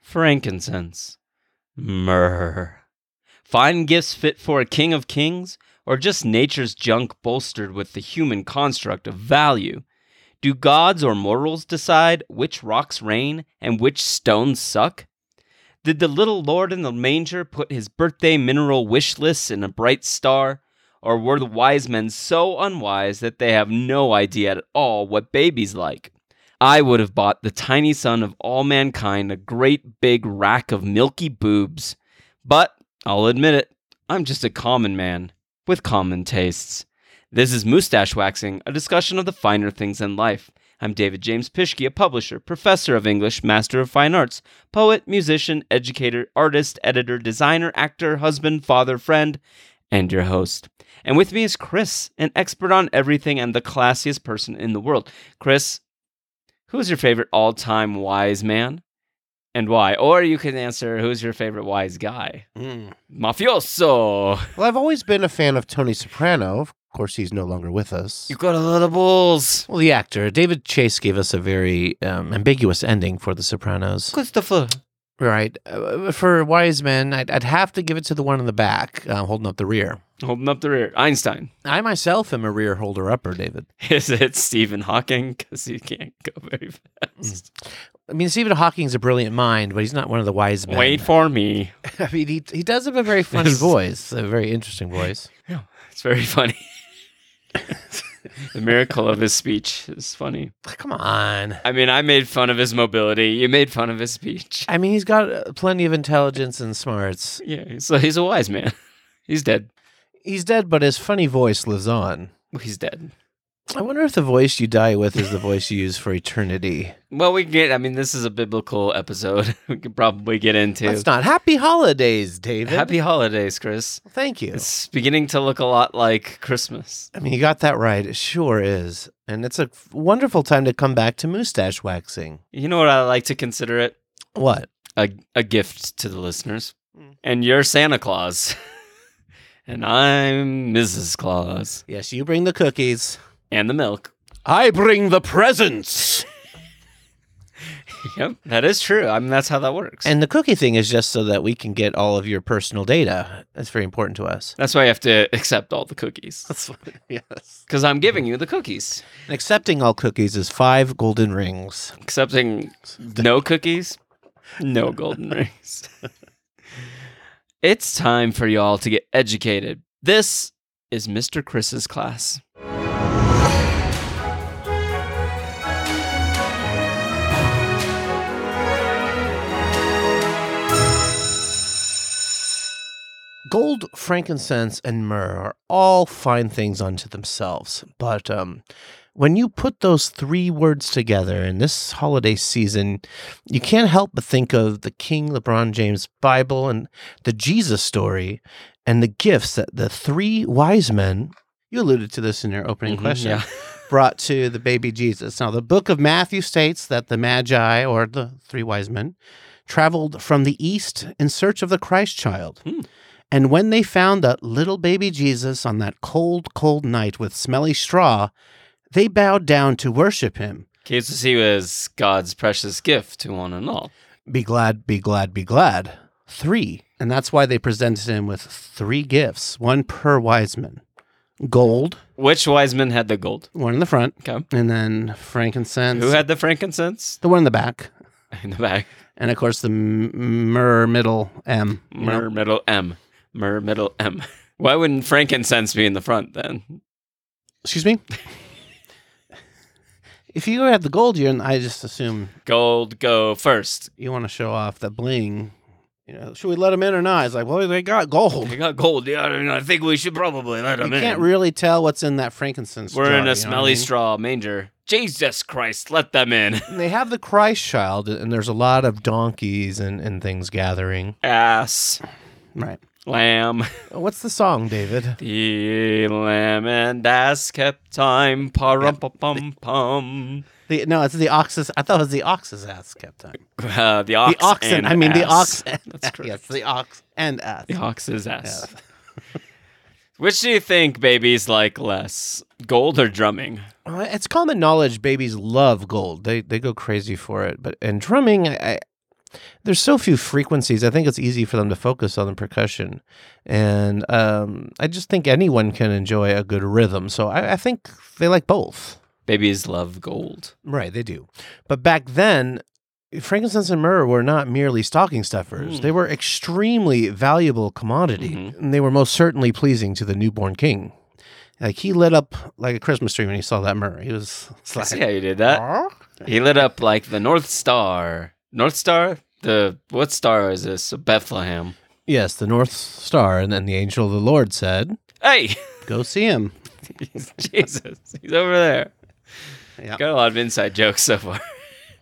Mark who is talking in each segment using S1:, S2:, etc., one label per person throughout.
S1: frankincense, myrrh. Fine gifts fit for a king of kings, or just nature's junk bolstered with the human construct of value? Do gods or mortals decide which rocks rain and which stones suck? Did the little lord in the manger put his birthday mineral wish lists in a bright star? Or were the wise men so unwise that they have no idea at all what babies like? I would have bought the tiny son of all mankind a great big rack of milky boobs. But I'll admit it, I'm just a common man with common tastes. This is Moustache Waxing, a discussion of the finer things in life. I'm David James Pischke, a publisher, professor of English, master of fine arts, poet, musician, educator, artist, editor, designer, actor, husband, father, friend, and your host. And with me is Chris, an expert on everything and the classiest person in the world. Chris, who's your favorite all time wise man and why? Or you can answer, who's your favorite wise guy?
S2: Hmm.
S1: Mafioso!
S3: Well, I've always been a fan of Tony Soprano. Of course, he's no longer with us.
S1: You got a lot of balls.
S2: Well, the actor David Chase gave us a very um, ambiguous ending for The Sopranos.
S1: Christopher.
S2: Right. Uh, for Wise Men, I'd, I'd have to give it to the one in the back, uh, holding up the rear.
S1: Holding up the rear. Einstein.
S2: I myself am a rear holder upper, David.
S1: Is it Stephen Hawking? Because he can't go very fast.
S2: I mean, Stephen Hawking's a brilliant mind, but he's not one of the wise men.
S1: Wait for me.
S2: I mean, he, he does have a very funny voice, a very interesting voice.
S1: It's very funny. the miracle of his speech is funny.
S2: Come on.
S1: I mean, I made fun of his mobility. You made fun of his speech.
S2: I mean, he's got uh, plenty of intelligence and smarts.
S1: Yeah, so he's a wise man. He's dead.
S2: He's dead, but his funny voice lives on.
S1: He's dead.
S2: I wonder if the voice you die with is the voice you use for eternity.
S1: Well, we can get, I mean, this is a biblical episode. we could probably get into.
S2: That's not happy holidays, David.
S1: Happy holidays, Chris.
S2: Thank you.
S1: It's beginning to look a lot like Christmas.
S2: I mean, you got that right. It sure is. And it's a wonderful time to come back to mustache waxing.
S1: You know what I like to consider it?
S2: What?
S1: A, a gift to the listeners.
S2: Mm.
S1: And you're Santa Claus. and I'm Mrs. Claus.
S2: Yes, you bring the cookies.
S1: And the milk.
S2: I bring the presents.
S1: Yep, that is true. I mean, that's how that works.
S2: And the cookie thing is just so that we can get all of your personal data. That's very important to us.
S1: that's why you have to accept all the cookies.
S2: That's what, yes.
S1: Because I'm giving you the cookies.
S2: And accepting all cookies is five golden rings.
S1: accepting no cookies, no golden rings. it's time for y'all to get educated. This is Mr. Chris's class.
S2: Gold, frankincense, and myrrh are all fine things unto themselves, but um, when you put those three words together in this holiday season, you can't help but think of the King LeBron James Bible and the Jesus story and the gifts that the three wise men, you alluded to this in your opening
S1: Mhm,
S2: question,
S1: yeah.
S2: brought to the baby Jesus. Now, the book of Matthew states that the Magi, or the three wise men, traveled from the east in search of the Christ child.
S1: Hmm.
S2: And when they found that little baby Jesus on that cold, cold night with smelly straw, they bowed down to worship him.
S1: Jesus, he was God's precious gift to one and all.
S2: Be glad, be glad, be glad. Three. And that's why they presented him with three gifts, one per wise man gold,
S1: Which wise man had the gold?
S2: one in the front,
S1: Okay.
S2: and then frankincense,
S1: Who had the frankincense?
S2: the one in the back,
S1: In the back.
S2: and of course the m- myrrh middle M. you know?
S1: Mer middle M. Mer middle M. Why wouldn't frankincense be in the front then?
S2: Excuse me? if you had the gold, you're in, I just assume
S1: Gold go first.
S2: you want to show off the bling. You know, should we let him in or not? It's like, well, they got gold.
S1: They got gold. Yeah, I, mean, I think we should probably let
S2: You
S1: him in.
S2: can't really tell what's in that frankincense.
S1: We're
S2: jar,
S1: in
S2: you know
S1: a
S2: what I
S1: smelly
S2: mean?
S1: straw manger. Jesus Christ, let them in.
S2: And They have the Christ child, and there's a lot of donkeys and, and things gathering.
S1: Ass,
S2: Right.
S1: lamb,
S2: What's the song, David?
S1: the lamb and ass kept time. Parum pum pum pum.
S2: The, no, it's the oxus. I thought it was the oxus ass kept time.
S1: Uh, the ox.
S2: the oxen.
S1: and
S2: I mean, the
S1: ass.
S2: ox. And,
S1: That's correct.
S2: Yes, the ox and ass.
S1: The ox's ass. Which do you think babies like less, gold or drumming?
S2: Well, Uh, It's common knowledge babies love gold. They they go crazy for it. But and drumming, I, I there's so few frequencies. I think it's easy for them to focus on the percussion, and um, I just think anyone can enjoy a good rhythm. So I, I think they like both.
S1: Babies love gold.
S2: Right, they do. But back then, frankincense and myrrh were not merely stocking stuffers.
S1: Mm.
S2: They were extremely valuable commodity,
S1: Mhm.
S2: and they were most certainly pleasing to the newborn king. Like he lit up like a Christmas tree when he saw that myrrh. He was it's
S1: I
S2: like,
S1: see Uh how you did that. He lit up like the North Star. North Star? The what star is this? Bethlehem.
S2: yes, the North Star, and then the angel of the Lord said,
S1: Hey,
S2: "Go see him."
S1: Jesus, he's over there.
S2: Yeah.
S1: Got a lot of inside jokes so far.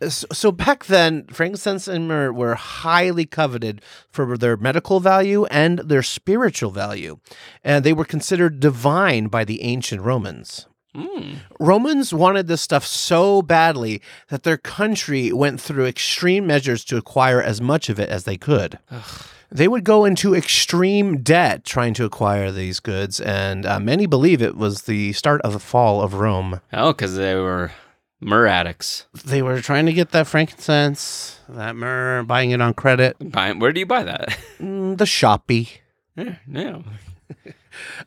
S2: So, so back then, frankincense and myrrh were highly coveted for their medical value and their spiritual value, and they were considered divine by the ancient Romans.
S1: Mm.
S2: Romans wanted this stuff so badly that their country went through extreme measures to acquire as much of it as they could. They would go into extreme debt trying to acquire these goods, and uh, many believe it was the start of the fall of Rome.
S1: Oh, because they were myrrh addicts.
S2: They were trying to get that frankincense, that myrrh, buying it on credit,
S1: Buy- Where do you buy that?
S2: mm, the shoppy.
S1: Yeah, no.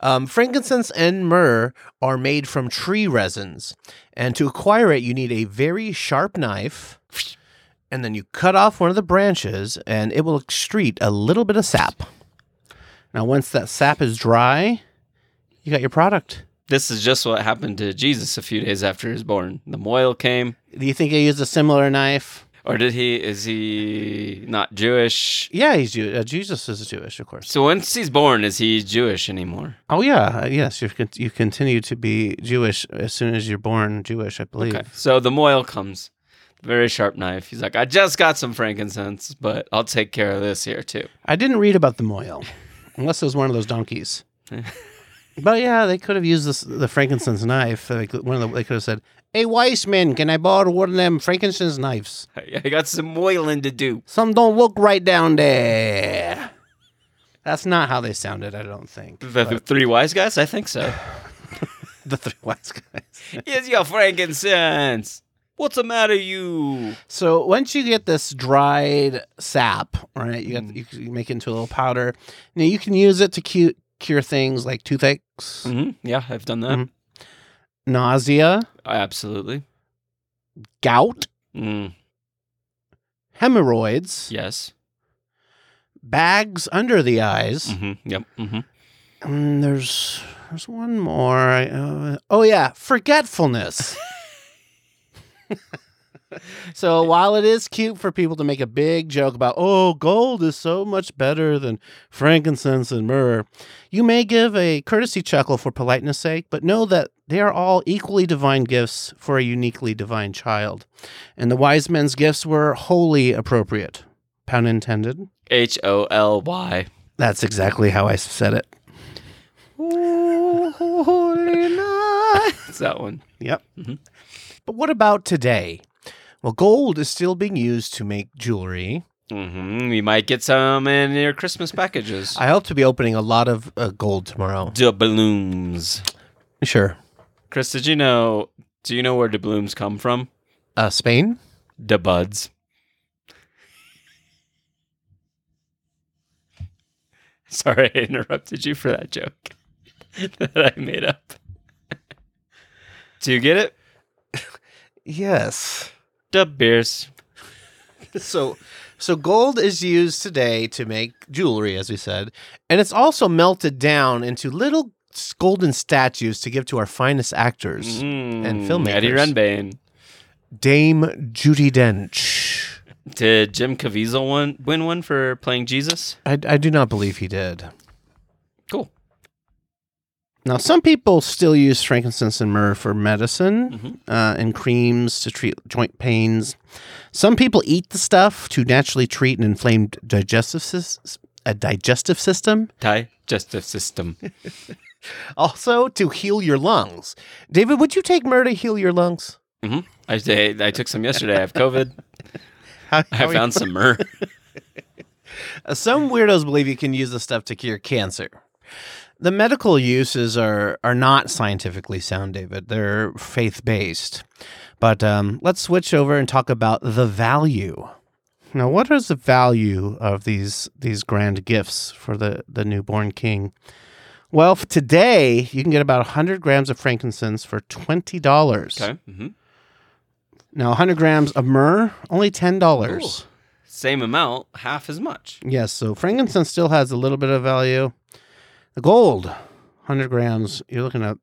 S2: Um, frankincense and myrrh are made from tree resins, and to acquire it, you need a very sharp knife, and then you cut off one of the branches, and it will excrete a little bit of sap. Now, once that sap is dry, you got your product.
S1: This is just what happened to Jesus a few days after he was born. The moil came.
S2: Do you think I used a similar knife?
S1: Or did he? Is he not Jewish?
S2: Yeah, he's Jew- uh, Jesus is Jewish, of course.
S1: So once he's born, is he Jewish anymore?
S2: Oh yeah, uh, yes, you con- you continue to be Jewish as soon as you're born Jewish, I believe.
S1: Okay. So the moil comes, very sharp knife. He's like, I just got some frankincense, but I'll take care of this here too.
S2: I didn't read about the moil, unless it was one of those donkeys. but yeah, they could have used this, the frankincense knife. uh, Like one of the, they could have said, "Hey, wise man, can I borrow one of them frankincense knives?
S1: I got some moiling to do.
S2: Some don't look right down there." That's not how they sounded. I don't think
S1: The th- three wise guys? I think so.
S2: the three wise guys.
S1: Here's your frankincense. What's the matter, you?
S2: So once you get this dried sap, right, you got you, can- you make it into a little powder. Now you can use it to cu- cure things like toothaches,
S1: hmm Yeah, I've done that.
S2: Mhm. nausea,
S1: Mm-hmm. Absolutely.
S2: gout.
S1: Mm,
S2: hemorrhoids,
S1: yes.
S2: bags under the eyes.
S1: hmm Yep. hmm
S2: Mm, there's there's one more. I, uh, oh yeah, forgetfulness. so while it is cute for people to make a big joke about oh gold is so much better than frankincense and myrrh, you may give a courtesy chuckle for politeness sake, but know that they are all equally divine gifts for a uniquely divine child. And the wise men's gifts were wholly appropriate. Pun intended.
S1: H O L Y.
S2: That's exactly how I said it. holy night.
S1: It's that one.
S2: Yep.
S1: Mhm.
S2: But what about today? Well, gold is still being used to make jewelry.
S1: hmm You might get some in your Christmas packages.
S2: I hope to be opening a lot of uh, gold tomorrow.
S1: doubloons.
S2: Sure.
S1: Chris, did you know? Do you know where doubloons come from?
S2: Uh, Spain?
S1: Da buds. Sorry, I interrupted you for that joke that I made up. Do you get it?
S2: Yes.
S1: Da beers.
S2: So, so gold is used today to make jewelry, as we said, and it's also melted down into little s- golden statues to give to our finest actors.
S1: Mm,
S2: filmmakers.
S1: Eddie Renbane.
S2: Dame Judy Dench.
S1: Did Jim Caviezel one, win one for playing Jesus?
S2: I, I do not believe he did.
S1: Cool.
S2: Now, some people still use frankincense and myrrh for medicine uh, and creams to treat joint pains. Some people eat the stuff to naturally treat an inflamed digestive, sys- a digestive system,
S1: Digestive system.
S2: also to heal your lungs. David, would you take myrrh to heal your lungs?
S1: hmm I, I, I took some yesterday. I have COVID.
S2: How,
S1: I
S2: how are you-
S1: found some myrrh.
S2: Uh, Some weirdos believe you can use the stuff to cure cancer. The medical uses are are not scientifically sound, David. They're faith based. But um, let's switch over and talk about the value. Now, what is the value of these these grand gifts for the the newborn king? Well, f- today you can get about 100 grams of frankincense for twenty dollars.
S1: Okay. hmm
S2: Now, 100 grams of myrrh only ten dollars.
S1: Same amount, half as much.
S2: Yes, so frankincense still has a little bit of value. The gold, 100 grams, you're looking at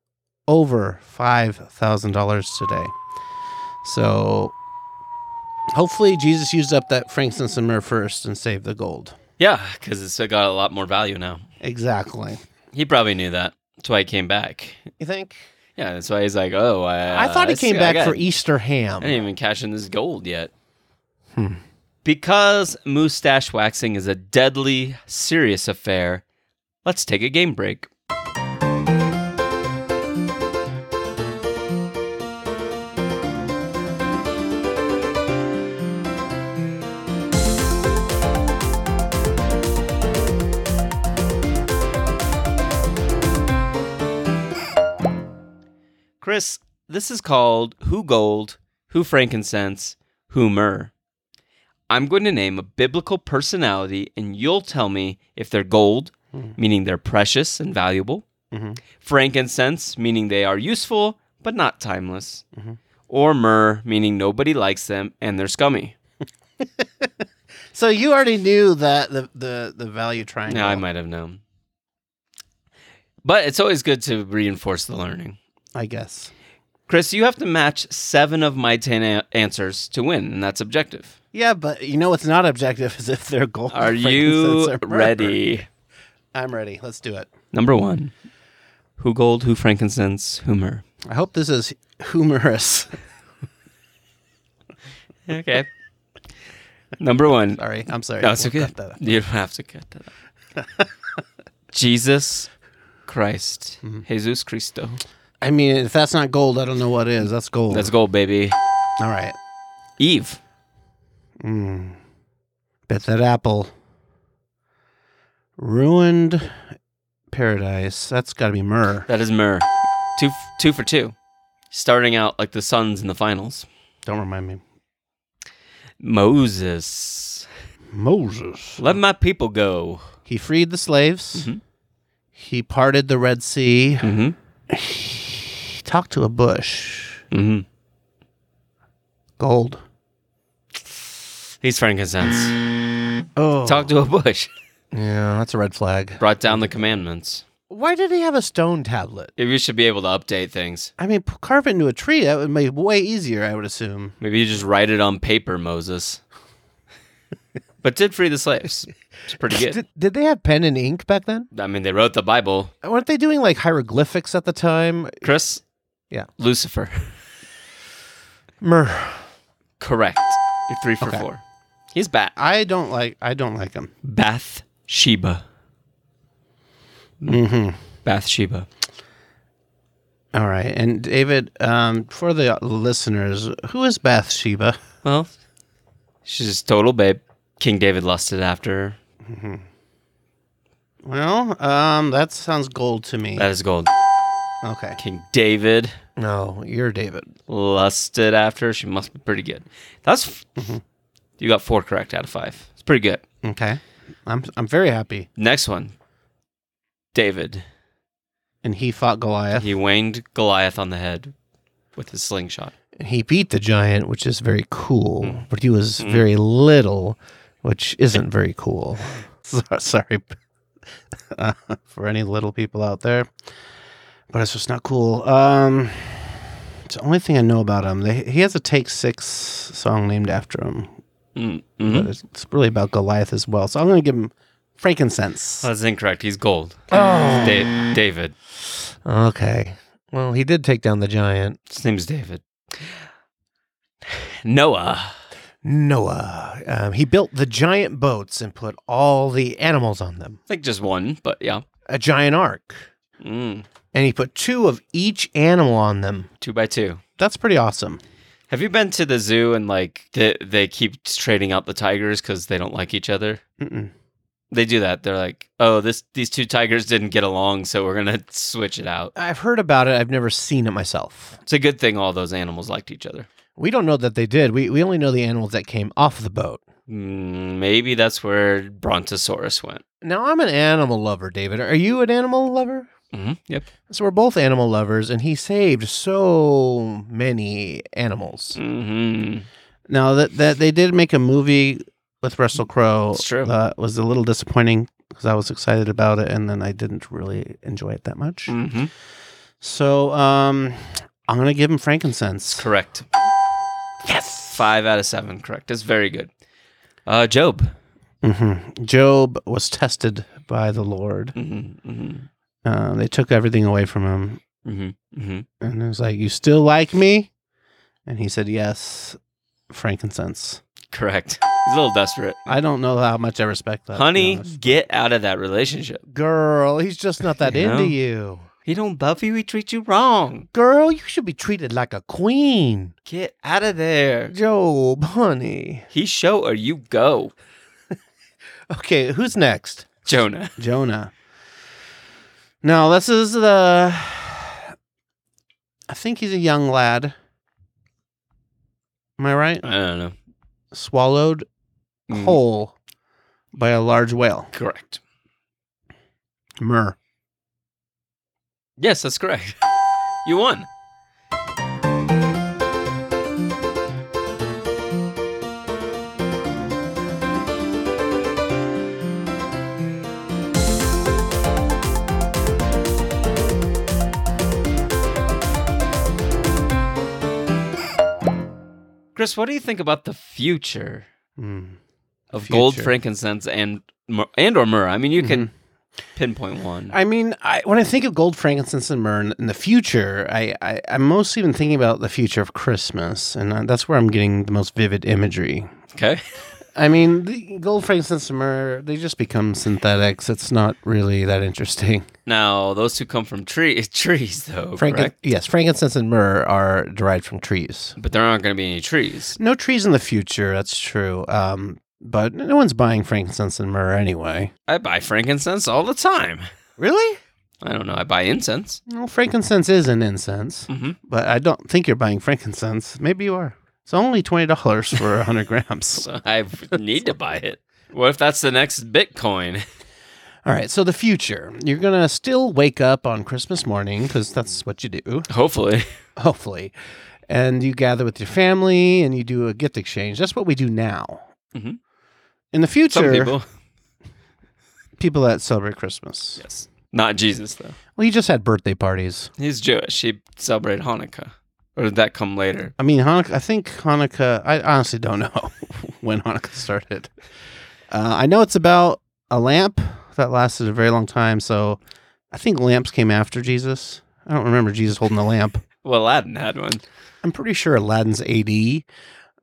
S2: over $5,000 today. So hopefully Jesus used up that frankincense and myrrh first and saved the gold.
S1: Yeah, because it's got a lot more value now.
S2: Exactly.
S1: He probably knew that. That's why he came back.
S2: You think?
S1: Yeah, that's why he's like, oh, I,
S2: I thought he
S1: I
S2: came
S1: see, I
S2: back
S1: got-
S2: for Easter
S1: I
S2: ham.
S1: didn't even cash in this gold yet.
S2: Hmm.
S1: Because mustache waxing is a deadly, serious affair, let's take a game break. Chris, this is called Who Gold, Who Frankincense, Who Myrrh. I'm going to name a biblical personality, and you'll tell me if they're gold,
S2: Mhm.
S1: meaning they're precious and valuable,
S2: Mhm.
S1: frankincense, meaning they are useful but not timeless,
S2: Mhm.
S1: or myrrh, meaning nobody likes them and they're scummy.
S2: So you already knew that the, the, the value triangle.
S1: Now, I might have known. But it's always good to reinforce the learning.
S2: I guess.
S1: Chris, you have to match seven of my ten a- answers to win, and that's objective.
S2: Yeah, but you know what's not objective is if they're gold.
S1: Are
S2: frankincense,
S1: you
S2: or myrrh.
S1: ready?
S2: I'm ready. Let's do it.
S1: Number one. Who gold, who frankincense, who myrrh?
S2: I hope this is humorous.
S1: Okay. Number one.
S2: Sorry, I'm sorry.
S1: No, it's
S2: We'll
S1: okay.
S2: cut that out.
S1: You don't have to cut that out. Jesus Christ.
S2: Mm-hmm.
S1: Jesus Cristo.
S2: I mean, if that's not gold, I don't know what is. That's gold.
S1: That's gold, baby.
S2: All right.
S1: Eve.
S2: Mm. Bet that apple ruined paradise. That's got to be myrrh.
S1: That is myrrh. Two, f- two for two. Starting out like the Suns in the finals.
S2: Don't remind me.
S1: Moses.
S2: Moses.
S1: Let my people go.
S2: He freed the slaves.
S1: Mhm.
S2: He parted the Red Sea.
S1: Mm-hmm.
S2: He talked to a bush.
S1: Mm-hmm.
S2: Gold.
S1: He's frankincense.
S2: Oh,
S1: Talk to a bush.
S2: yeah, that's a red flag.
S1: Brought down the commandments.
S2: Why did he have a stone tablet?
S1: You should be able to update things.
S2: I mean, p- carve it into a tree. That would be way easier, I would assume.
S1: Maybe you just write it on paper, Moses. but did free the slaves. It's pretty good.
S2: Did, did they have pen and ink back then?
S1: I mean, they wrote the Bible.
S2: Weren't they doing like hieroglyphics at the time?
S1: Chris?
S2: Yeah.
S1: Lucifer.
S2: Mer,
S1: Correct. You're three for
S2: Okay.
S1: four. He's bat.
S2: I don't like. I don't like him.
S1: Bath Sheba.
S2: Mm-hmm.
S1: Bath Sheba.
S2: All right, and David, um, for the listeners, who is Bathsheba?
S1: Well, she's just total babe. King David lusted after her.
S2: Well, um, that sounds gold to me.
S1: That is gold.
S2: okay.
S1: King David
S2: No, you're David.
S1: lusted after. She must be pretty good. That's f- you got four correct out of five. It's pretty good.
S2: Okay. I'm I'm very happy.
S1: Next one, David.
S2: And he fought Goliath.
S1: He waned Goliath on the head with his slingshot.
S2: he beat the giant, which is very cool, but he was very little, which isn't very cool. So- Sorry uh, for any little people out there, but it's just not cool. Um, it's the only thing I know about him. They, he has a Take Six song named after him,
S1: Mm-hmm.
S2: but it's, it's really about Goliath as well. So I'm going to give him frankincense.
S1: That's incorrect. He's gold.
S2: Oh,
S1: Da- David.
S2: okay. Well, he did take down the giant.
S1: His name's David. Noah.
S2: Noah. Um, he built the giant boats and put all the animals on them.
S1: I think just one, but yeah.
S2: a giant ark
S1: Mm.
S2: and he put two of each animal on them.
S1: Two by two.
S2: That's pretty awesome.
S1: Have you been to the zoo and like they, they keep trading out the tigers because they don't like each other?
S2: Mm-mm.
S1: they do that. They're like, oh, this these two tigers didn't get along, so we're gonna switch it out.
S2: I've heard about it. I've never seen it myself.
S1: It's a good thing all those animals liked each other.
S2: We don't know that they did. We, we only know the animals that came off the boat.
S1: Mm, Maybe that's where Brontosaurus went.
S2: Now, I'm an animal lover, David. Are you an animal lover?
S1: hmm Yep.
S2: So we're both animal lovers, and he saved so many animals.
S1: hmm
S2: Now that that they did make a movie with Russell Crowe,
S1: It's true.
S2: uh, was a little disappointing because I was excited about it, and then I didn't really enjoy it that much.
S1: hmm
S2: So um, I'm gonna give him frankincense.
S1: Correct. Yes. Five out of seven. Correct. That's very good. Uh, Job.
S2: hmm Job was tested by the Lord.
S1: Mm-hmm, mm-hmm,
S2: Uh, they took everything away from him,
S1: mm-hmm, mm-hmm.
S2: and it was like, "You still like me?" And he said, "Yes." Frankincense.
S1: Correct. He's a little desperate.
S2: I don't know how much I respect that. to be
S1: Honey,
S2: honest.
S1: get out of that relationship.
S2: girl, he's just not that
S1: You know?
S2: into you.
S1: He don't love you. He treats you wrong.
S2: Girl, you should be treated like a queen.
S1: Get out of there.
S2: Job, honey.
S1: He show or you go.
S2: Okay, who's next?
S1: Jonah.
S2: Jonah. Now, this is the. I think he's a young lad. Am I right?
S1: I don't know.
S2: Swallowed
S1: Mm,
S2: whole by a large whale.
S1: Correct.
S2: Mer.
S1: Yes, that's correct. You won. Chris, what do you think about the future
S2: Mm.
S1: of gold,
S2: Future.
S1: frankincense, and myrrh- and or myrrh? I mean, you can pinpoint one.
S2: Mm-hmm. I mean, I, when I think of gold, frankincense, and myrrh in, in the future, I, I, I'm mostly even thinking about the future of Christmas, and uh, that's where I'm getting the most vivid imagery.
S1: Okay.
S2: I mean, the gold, frankincense, and myrrh, they just become synthetics. It's not really that interesting.
S1: Now, those two come from tree- trees, though,
S2: Franken-
S1: correct?
S2: yes, frankincense and myrrh are derived from trees.
S1: But there aren't going to be any trees.
S2: No trees in the future, that's true. Um, but no one's buying frankincense and myrrh anyway.
S1: I buy frankincense all the time.
S2: Really?
S1: I don't know. I buy incense.
S2: Well, frankincense is an incense.
S1: hmm
S2: but I don't think you're buying frankincense. Maybe you are. It's only twenty dollars for hundred grams.
S1: So I need to buy it. What if that's the next Bitcoin?
S2: All right. So the future, you're gonna still wake up on Christmas morning because that's what you do,
S1: Hopefully.
S2: hopefully, and you gather with your family and you do a gift exchange. That's what we do now.
S1: Mhm.
S2: In the future,
S1: Some people.
S2: people that celebrate Christmas.
S1: Yes. Not Jesus, though.
S2: Well, you just had birthday parties.
S1: He's Jewish. He celebrated Hanukkah. Or did that come later?
S2: I mean, Hanukkah. I think Hanukkah. I honestly don't know when Hanukkah started. Uh, I know it's about a lamp that lasted a very long time. So I think lamps came after Jesus. I don't remember Jesus holding a lamp.
S1: Well, Aladdin had one.
S2: I'm pretty sure Aladdin's AD.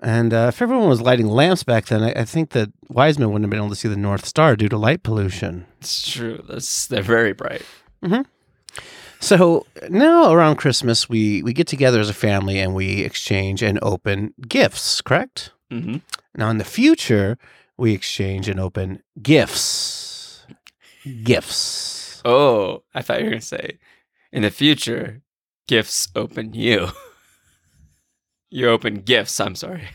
S2: And uh, if everyone was lighting lamps back then, I, I think that wise men wouldn't have been able to see the North Star due to light pollution.
S1: It's true. That's, they're very bright.
S2: So now around Christmas, we, we get together as a family and we exchange and open gifts, correct?
S1: hmm
S2: Now, in the future, we exchange and open gifts. Gifts.
S1: Oh, I thought you were going to say, in the future, gifts open you. you open gifts. I'm sorry.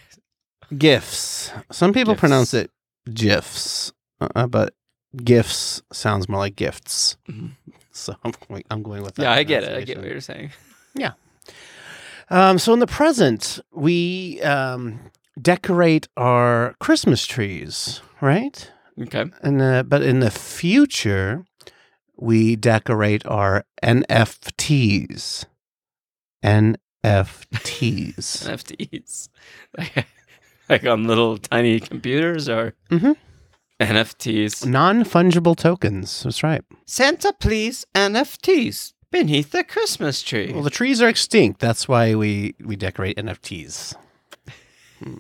S2: Gifts. Some people
S1: Gifts.
S2: pronounce it gifs, uh, but gifts sounds more like gifts.
S1: Mhm.
S2: So I'm going, I'm going with that.
S1: Yeah, I get it. I get what
S2: pronunciation.
S1: you're saying.
S2: Um, so in the present, we um, decorate our Christmas trees, right?
S1: Okay.
S2: And uh, but in the future, we decorate our NFTs. NFTs.
S1: NFTs. Like, like on little tiny computers or
S2: Mhm.
S1: NFTs.
S2: non fungible tokens. That's right.
S1: Santa, please, NFTs beneath the Christmas tree.
S2: Well, the trees are extinct. That's why we we decorate NFTs. Hmm.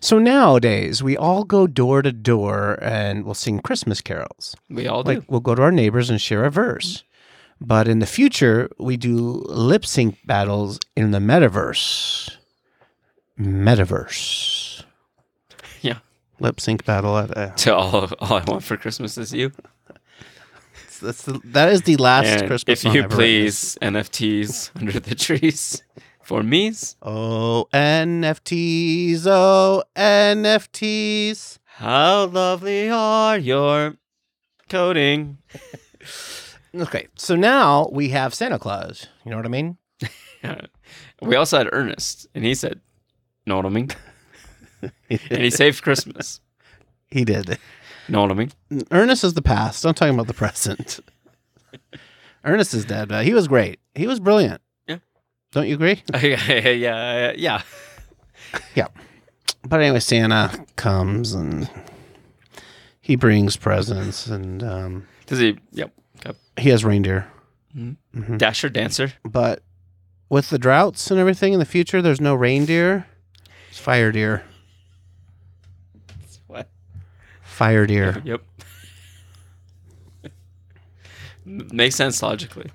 S2: So nowadays, we all go door to door and we'll sing Christmas carols.
S1: we all do.
S2: Like we'll go to our neighbors and share a verse. But in the future, we do lip sync battles in the metaverse. Metaverse.
S1: Yeah.
S2: Lip sync battle at uh, a.
S1: To all, all I want for Christmas is you.
S2: That's the, that is the last
S1: And
S2: Christmas.
S1: if
S2: song
S1: you
S2: I've ever written.
S1: please, NFTs under the trees. For me's
S2: Oh, NFTs. Oh, NFTs.
S1: how lovely are your coding.
S2: Okay, so now we have Santa Claus. You know what I mean?
S1: We also had Ernest, and he said, Know what I mean? and he saved Christmas.
S2: He did.
S1: Know what I mean?
S2: Ernest is the past. I'm talking about the present. Ernest is dead, but he was great. He was brilliant.
S1: Yeah.
S2: Don't you agree?
S1: yeah, yeah.
S2: But anyway, Santa comes and he brings presents, and um,
S1: Does he? Yep. yep.
S2: he has reindeer.
S1: Mhm.
S2: Mhm.
S1: Dasher dancer.
S2: But with the droughts and everything in the future, there's no reindeer. It's fire deer.
S1: What?
S2: Fire deer.
S1: Yep. M- Makes sense logically.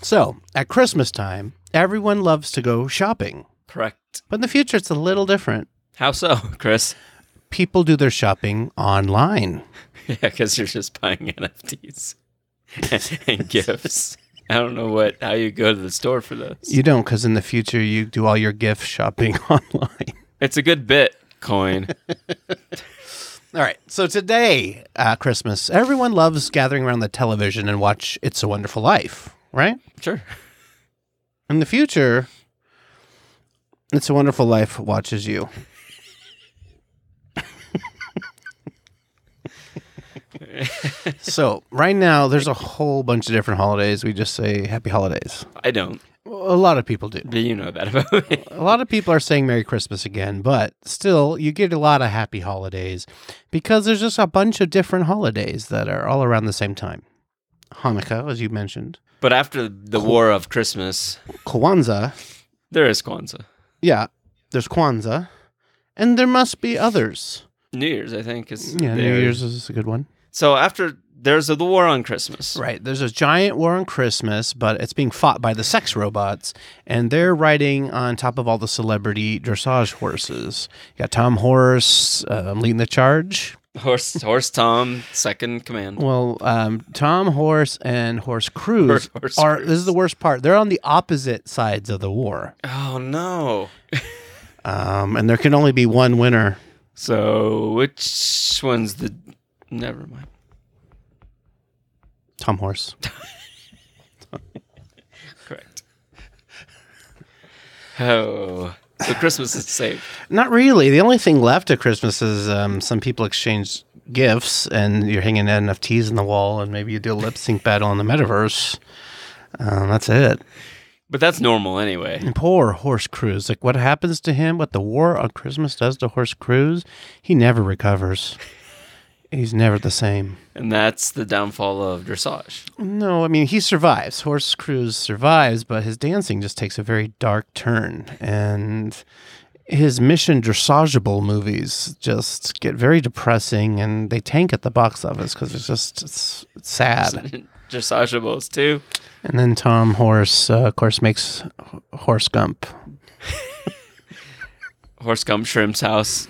S2: So at Christmas time, everyone loves to go shopping.
S1: Correct.
S2: But in the future, it's a little different.
S1: How so, Chris?
S2: People do their shopping online.
S1: Yeah, because you're just buying NFTs and, and gifts. I don't know what how you go to the store for those.
S2: You don't, because in the future, you do all your gift shopping online.
S1: It's a good bit coin.
S2: All right. So today, uh, Christmas, everyone loves gathering around the television and watch It's a Wonderful Life, right?
S1: sure.
S2: In the future, It's a Wonderful Life watches you. so right now, there's a whole bunch of different holidays. We just say Happy Holidays.
S1: I don't.
S2: A lot of people do.
S1: Do you know that about me?
S2: A lot of people are saying Merry Christmas again, but still, you get a lot of happy holidays because there's just a bunch of different holidays that are all around the same time. Hanukkah, as you mentioned,
S1: But after the war of Christmas,
S2: Kwanzaa,
S1: there is Kwanzaa.
S2: yeah, there's Kwanzaa, and there must be others.
S1: New Year's, I think, is
S2: Yeah,
S1: there.
S2: New Year's is a good one.
S1: So after there's the war on Christmas.
S2: Right. There's a giant war on Christmas, but it's being fought by the sex robots, and they're riding on top of all the celebrity dressage horses. You got Tom Horace um, leading the charge.
S1: Horse Horse Tom, second command.
S2: Well, um, Tom Horse and Horse Cruz
S1: Horse- Horse
S2: are.
S1: Cruz.
S2: This is the worst part. They're on the opposite sides of the war,
S1: Oh no.
S2: um, and there can only be one winner.
S1: So which one's the never mind.
S2: Tom Horse.
S1: Correct. Oh. So Christmas is saved.
S2: Not really. The only thing left at Christmas is um, some people exchange gifts, and you're hanging NFTs in the wall, and maybe you do a lip sync battle in the metaverse. Um, that's it.
S1: But that's normal anyway.
S2: And poor Horse Cruz. Like, what happens to him? What the war on Christmas does to Horse Cruz? He never recovers. He's never the same.
S1: And that's the downfall of dressage.
S2: No, I mean he survives. Horse Cruz survives, but his dancing just takes a very dark turn, and his mission dressageable movies just get very depressing, and they tank at the box office because it's just it's, it's sad.
S1: Dressageables too.
S2: And then Tom Horse, uh, of course, makes H- Horse Gump,
S1: Horse gum shrimp's house.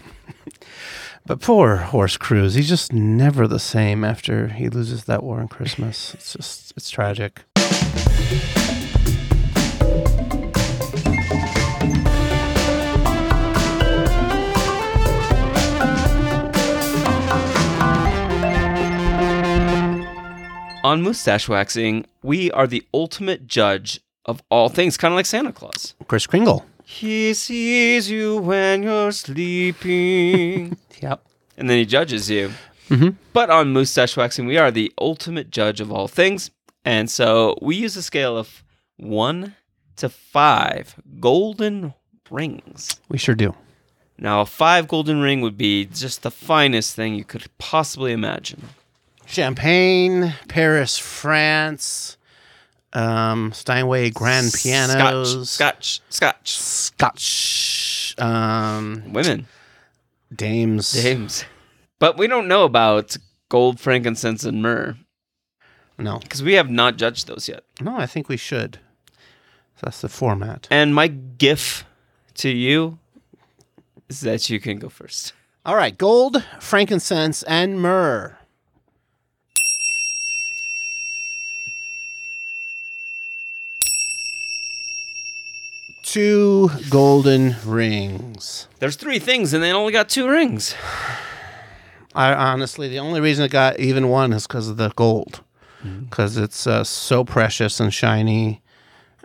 S2: but poor Horse Cruz, he's just never the same after he loses that war on Christmas. It's just it's tragic.
S1: On mustache waxing, we are the ultimate judge of all things, kind of like Santa Claus.
S2: Chris Kringle.
S1: He sees you when you're sleeping.
S2: Yep.
S1: and then he judges you.
S2: Mhm.
S1: But on mustache waxing, we are the ultimate judge of all things. And so we use a scale of one to five golden rings.
S2: We sure do.
S1: Now, a five golden ring would be just the finest thing you could possibly imagine.
S2: Champagne, Paris, France, um, Steinway grand pianos,
S1: Scotch, Scotch, Scotch.
S2: Scotch, um,
S1: Women,
S2: dames.
S1: dames. But we don't know about gold, frankincense, and myrrh
S2: No,
S1: because we have not judged those yet.
S2: no, I think we should. That's the format.
S1: And my gif to you is that you can go first.
S2: All right, gold, frankincense, and myrrh. Two golden rings.
S1: There's three things and they only got two rings.
S2: I honestly, the only reason it got even one is because of the gold, because it's uh, so precious and shiny.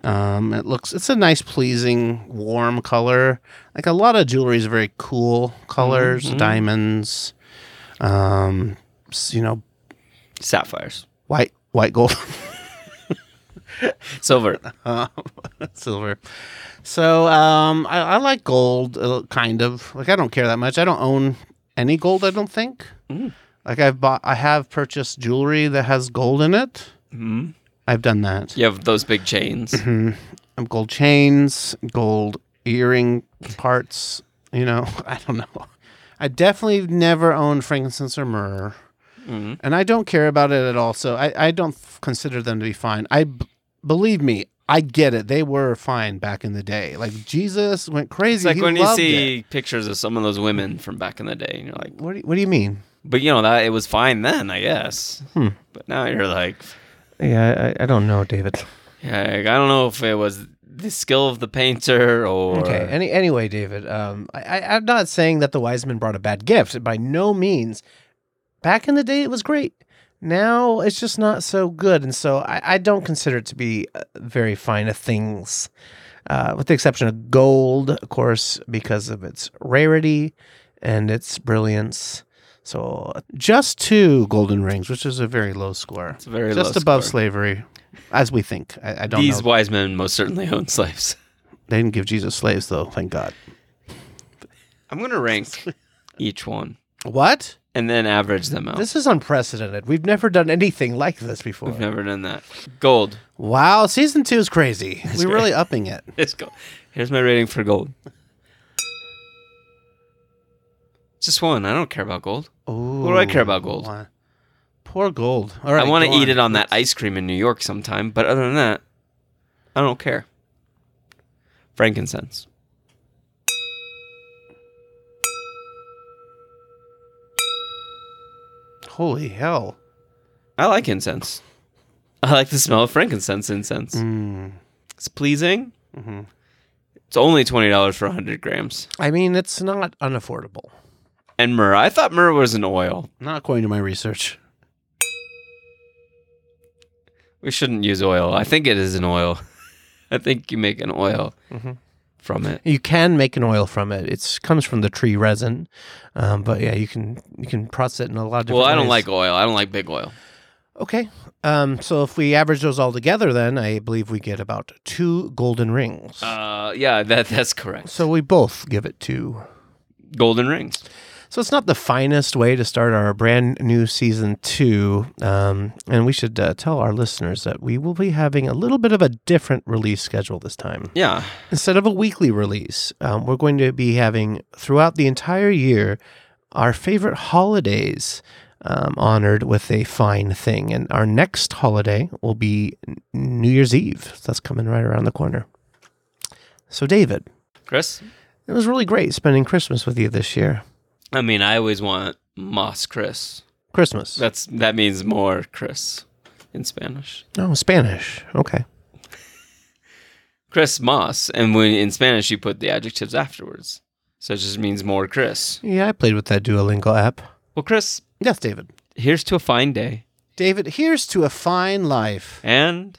S2: Um, it looks, it's a nice, pleasing, warm color. Like a lot of jewelry is very cool colors, diamonds, um, s- you know,
S1: Sapphires.
S2: white, white gold.
S1: Silver.
S2: silver. So um, I, I like gold, uh, kind of. Like I don't care that much. I don't own any gold. I don't think. Like I've bought, I have purchased jewelry that has gold in it.
S1: Mhm.
S2: I've done that.
S1: You have those big chains.
S2: Um, Gold chains, gold earring parts. You know, I don't know. I definitely never owned frankincense or myrrh,
S1: Mhm.
S2: and I don't care about it at all. So I, I don't f- consider them to be fine. I b- believe me. I get it. They were fine back in the day. Like Jesus went crazy.
S1: It's like
S2: He
S1: when you
S2: loved it.
S1: see pictures of some of those women from back in the day and you're like,
S2: What do you, what do you mean?
S1: but you know, that it was fine then, I guess.
S2: Hmm.
S1: But now you're like,
S2: Yeah, I, I don't know, David.
S1: yeah, like, I don't know if it was the skill of the painter or.
S2: Okay. Any anyway, David. Um, I, I I'm not saying that the wise men brought a bad gift. By no means. Back in the day, it was great. Now it's just not so good, and so I, I don't consider it to be uh, very fine of things, uh, with the exception of gold, of course, because of its rarity and its brilliance. So just two golden rings, which is a very low score,
S1: It's a very
S2: just
S1: low
S2: above
S1: score.
S2: slavery, as we think. I, I don't know.
S1: These wise men most certainly owned slaves.
S2: They didn't give Jesus slaves, though. Thank God.
S1: I'm going to rank each one
S2: What?
S1: and then average them out.
S2: This is unprecedented. We've never done anything like this before.
S1: We've never done that. Gold.
S2: Wow, season two is crazy. We're
S1: great.
S2: really upping it.
S1: Let's go. Here's my rating for gold. Just one. I don't care about gold.
S2: Ooh,
S1: do I care about gold?
S2: Wow. Poor gold. All right,
S1: I want to
S2: go
S1: eat it on that ice cream in New York sometime, but other than that, I don't care. Frankincense.
S2: Holy hell!
S1: I like incense. I like the smell of frankincense incense.
S2: Mm. Hmm.
S1: It's pleasing.
S2: Mm-hmm.
S1: It's only twenty dollars for hundred grams.
S2: I mean, it's not unaffordable.
S1: And myrrh. I thought myrrh was an oil.
S2: Not according to my research.
S1: We shouldn't use oil. I think it is an oil. I think you make an oil from it.
S2: You can make an oil from it. It comes from the tree resin, um, but yeah, you can you can process it in a lot of different.
S1: Well, I don't
S2: ways.
S1: like oil. I don't like big oil.
S2: Okay. Um, so if we average those all together, then I believe we get about two golden rings.
S1: Uh, yeah, that that's correct.
S2: so we both give it two.
S1: Golden rings.
S2: So it's not the finest way to start our brand new season two. Um, and we should uh, tell our listeners that we will be having a little bit of a different release schedule this time.
S1: Yeah,
S2: Instead of a weekly release, um, we're going to be having throughout the entire year our favorite holidays um, honored with a fine thing. And our next holiday will be N- New Year's Eve. So that's coming right around the corner. So, David,
S1: Chris.
S2: it was really great spending Christmas with you this year.
S1: I mean, I always want Moss Chris.
S2: Christmas.
S1: That's that means more Chris in Spanish.
S2: Oh, Spanish. Okay.
S1: Chris Moss, and when in Spanish you put the adjectives afterwards, so it just means more Chris.
S2: Yeah, I played with that Duolingo app.
S1: Well, Chris,
S2: Yes, David.
S1: here's to a fine day
S2: David, here's to a fine life.
S1: and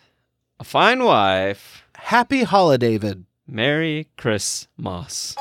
S1: a fine wife.
S2: Happy holiday, David.
S1: Merry Chris Moss.